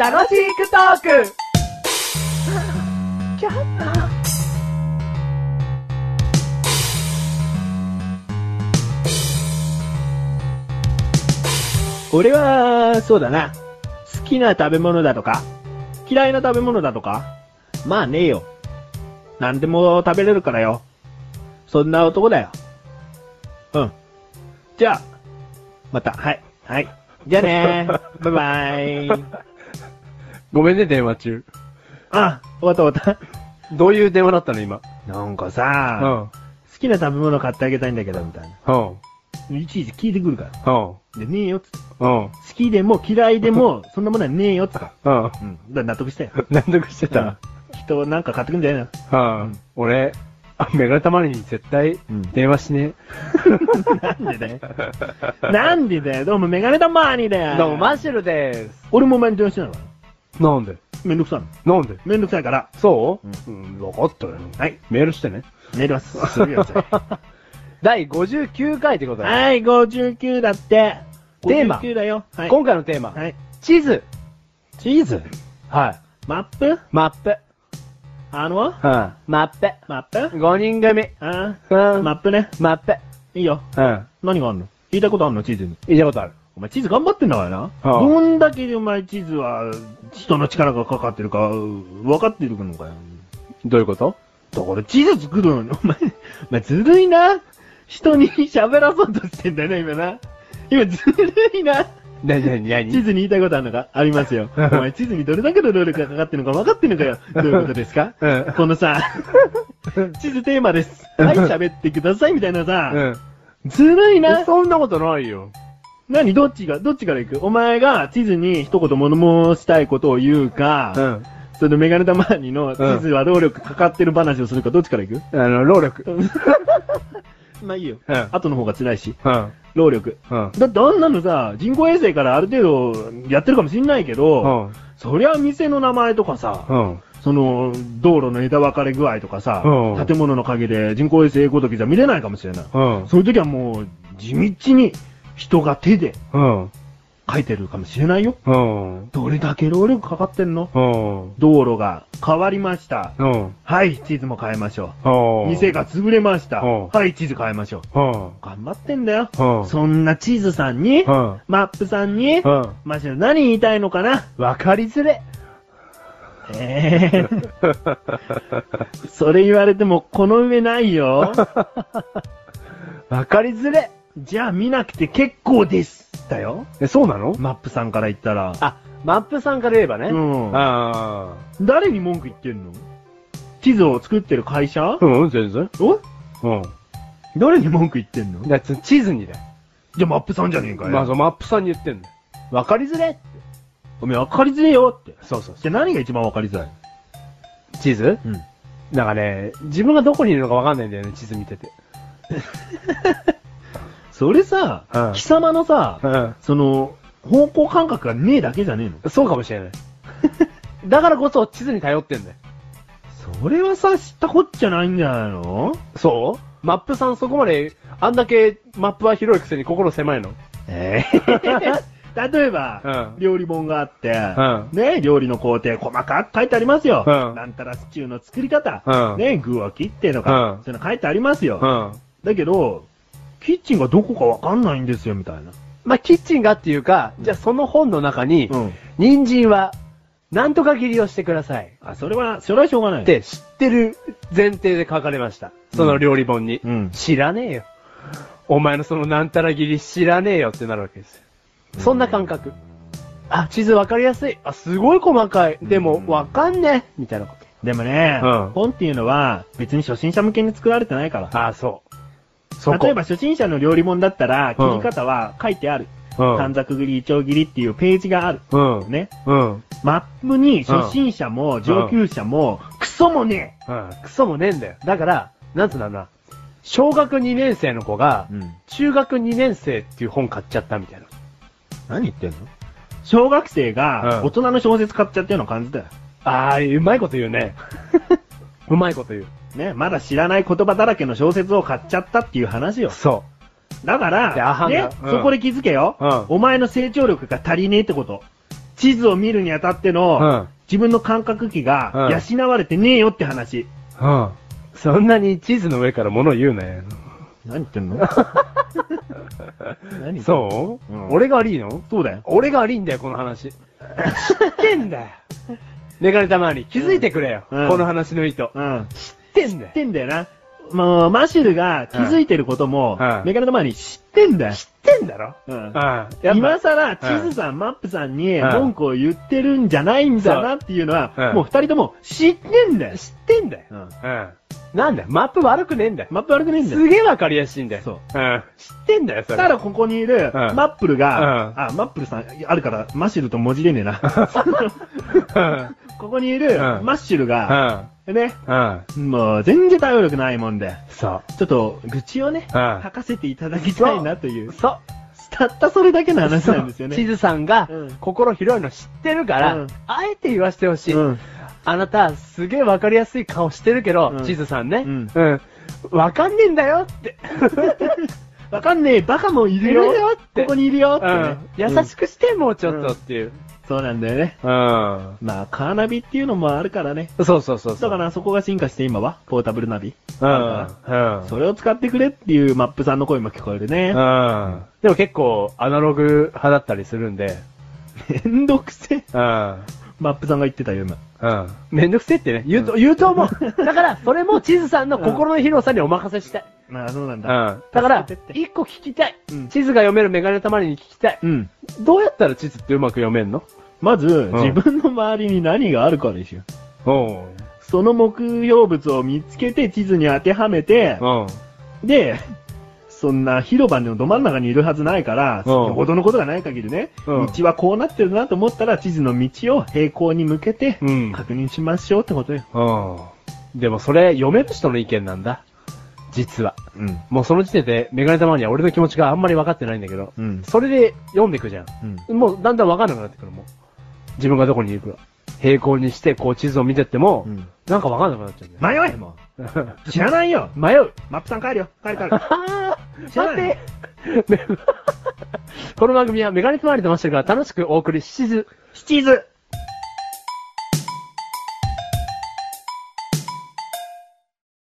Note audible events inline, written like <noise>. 楽しくトーク俺は、そうだな。好きな食べ物だとか、嫌いな食べ物だとか、まあねえよ。何でも食べれるからよ。そんな男だよ。うん。じゃあ、また、はい、はい。じゃあねバイバイ。ごめんね、電話中。あ、終わった終わっどういう電話だったの、今。た。なんかうさ、ん。うん。好きな食べ物買ってあげたいんだけど、みたいうん。な。いちいち聞いてくるから。うん。で、ねえよっつってうん。好きでも嫌いでも、そんなものはねえよっつった。うん。うん。だから納得したよ。納得してた。人なんか買ってくんじゃないのうん。俺、あメガネたまりに絶対うん電話しねなんでだよ。 <laughs> なんでだよ。どうもメガネたまーにだえ。よ。どうも、マッシュルでーす。俺もお前に電話してないわ。なんでめんどくさいの。なんでめんどくさいから。そううん、分かったよ。はい。メールしてね。寝ります。すぐやるぜ <laughs> 第59回ってことだよ。 <laughs> はい、59だって。テーマ59だよ。はい。今回のテーマ、はい。地図。チーズはい。マップマップ。あのうん。マッマップ。プ5人組。あうーん。マップね。マップ。いいよ。うん。何があんの言いたいことあんのチーズに。言いたことある。お前、地図頑張ってんだからな。あどんだけでお前、地図は、人の力がかかってるか、分かってるのかよ。どういうことだから、地図作るのに、お前、お前ずるいな。人に喋らそうとしてんだよね、今な。今、ずるいな。なになにな地図に言いたいことあるのかありま <laughs> すよ。お前、地図にどれだけの労力がかかってるのか分かってるのかよ。どういうことですかうんこ <laughs> のさ、地図テーマです。はい、喋ってください、みたいなさ、ずるいなうん。。そんなことないよ。何どっちが、どっちから行くお前が地図に一言物申したいことを言うか、うん。そのメガネたまわりの地図は労力かかってる話をするか、どっちか <laughs> ら行くあの、労力。まあいいよ。うん。後の方が辛いし、うん。労力。うん。だってあんなのさ、人工衛星からある程度やってるかもしんないけど、うん。そりゃ店の名前とかさ、うん。その、道路の枝分かれ具合とかさ、うん建物の陰で人工衛星ごときじゃ見れないかもしれない。うん。そういう時はもう、地道に人が手でうん。描いてるかもしれないよ。うん。どれだけ労力かかってんのうん。道路が変わりました。うん。はい、地図も変えましょう。うん。店が潰れました。うんはい、地図変えましょう。うん。頑張ってんだよ。うん。そんな地図さんにう、ん。マップさんに、うん。マシュル何言いたいのかなわかりづれ。ええ <laughs> それ言われてもこの上な <laughs> いよ。わかりづれ。じゃあ見なくて結構です。だよ。 <laughs> え、そうなのマップさんから言ったら。あ、マップさんから言えばね。うんあ誰に文句言ってんの地図を作ってる会社あ。うん、全然。おうん。誰に文句言ってんのだって地図にだよ。じゃあマップさんじゃねえかよ。まあ、そうマップさんに言ってんだよ。わかりづれ。おめえ分かりづれえよって。そうそうじゃあ何が一番分かりづらい地図うん。なんかね、自分がどこにいるのかわかんないんだよね、地図見てて。それさ、うん貴様のさ、うん。その、方向感覚がねえだけじゃねえのそうかもし <laughs> れない。だからこそ地図に頼ってんだよ。それはさ、知ったこっちゃないんじゃないのそうマップさんそこまで、あんだけマップは広いくせに心狭いの。ええ <laughs> 例えば、うん料理本があって、んね、料理の工程細かく書いてありますよ。うんなんたらシチューの作り方、うんね、具を切ってとか、うんそういうの書いてありますよ。うん。だけど、キッチンがどこかわかんないんですよ、みたいな。まあ、キッチンがっていうか、じゃあその本の中に、うん。人参は、なんとか切りをしてください。あ、それは、それはしょうがない。って知ってる前提で書かれました。その料理本に。うん知らねえよ。お前のそのなんたら切り知らねえよってなるわけですよ。そんな感覚。あ、地図わかりやすい。あ、すごい細かい。でも、わかんねえ。みたいなこと。でもね、うん本っていうのは別に初心者向けに作られてないから。あ、そう。そこ。例えば初心者の料理本だったら、切うんり方は書いてある。うん、短冊切り、長切りっていうページがある。うん。ね。うん。マップに初心者も上級者も、クソもねうん。クソもねえんだよ。だから、なんつうんだろうな。小学2年生の子がえ、中学2年生っていう本買っちゃったみたいな。何言ってんの小学生がうん大人の小説買っちゃってるの感じだよ。ああ、うまいこと言う <laughs> ね。うまいこと言う。ね、まだ知らない言葉だらけの小説を買っちゃったっていう話よ。そだかいやあら、はんだね、うんそこで気づけよ、うんお前の成長力が足りねえってこと。地図を見るにあたっての、うん自分の感覚器がうん養われてねえよって話。うん。そんなに地図の上から物を言うね。何言って <laughs> んの何うそう、ん俺が悪いのそうだよ。俺が悪いんだよ、この話。知ってん <laughs> だよ。メガネたまに気づいてくれよ、うんこの話の意図。うん。知ってんだ知っよ。てんだよな。もう、マシルが気づいてることも、うんうんメガネの前に知ってんだよ。知ってんだろううんん。。やっぱ今さら、地図さん、マップさんにうん文句を言ってるんじゃないんだなっていうのは、そううんもう二人とも知ってんだよ。知ってんだよ。ううんん。なんだよ、マップ悪くねえんだよ。マップ悪くねえんだよす。げえわかりやすいんだよ。そう。うん。知ってんだよ、それ。だからここにいる、うんマップルが、うんあ、マップルさん、あるから、マシルと文字れねえな。うん。 <laughs> ここにいる、うんマッシュルうが、ん。ね、うん。もう全然対応力ないもんで、そちょっと愚痴をね、うん吐かせていただきたいなというう。、そう。たったそれだけの話なんですよ地ね。図さんがうん心広いの知ってるから、うんあえて言わせてほしい。うんあなた、すげえわかりやすい顔してるけど、うん地図さんね。うんうん。わ、かんねえんだよって。わかんねえ、バカもいるよ。いるよってここにいるよってうねん。。うん優しくして、もうちょっとっていう。そうなんだよね。うん。まあ、カーナビっていうのもあるからね。そうそうそうそだう。からそこが進化して今は、ポータブルナビ。うん。うん。それを使ってくれっていうマップさんの声も聞こえるね。うん。でも結構、アナログ派だったりするんで、めんどくせえ。うん。マップさんが言ってたよ、今。うん。めんどくせえってね、言うと、言うと思う。 <laughs> だから、それも地図さんの心の広さにお任せしたい。まあ、そうなんうん。だ。だから助けてっ、て一個聞きたい、うん地図が読めるメガネたまりに聞きたい。うん。どうやったら地図ってうまく読めんのまず、ん自分の周りに何があるかですよ。おうその目標物を見つけて地図に当てはめて、うん。で、そんな広場のど真ん中にいるはずないから、うんよほどのことがない限りね、うん道はこうなってるなと思ったら地図の道を平行に向けてうん確認しましょうってことよ。うん。でもそれ、読める人の意見なんだ。実は。うん。もうその時点で、メガネたまりには俺の気持ちがあんまり分かってないんだけど、うん。それで読んでいくじゃん。うん。もうだんだんわかんなくなってくるもん。自分がどこにいるか。平行にして、こう地図を見てっても、うんなんかわかんなくなっちゃうんだよ。迷えも <laughs> う知らないよ迷う。マップさん帰るよ帰る帰 <laughs> るあ知ーら待っないて <laughs> この番組はメガネとマリとマッシュルが楽しくお送りしつつ、七図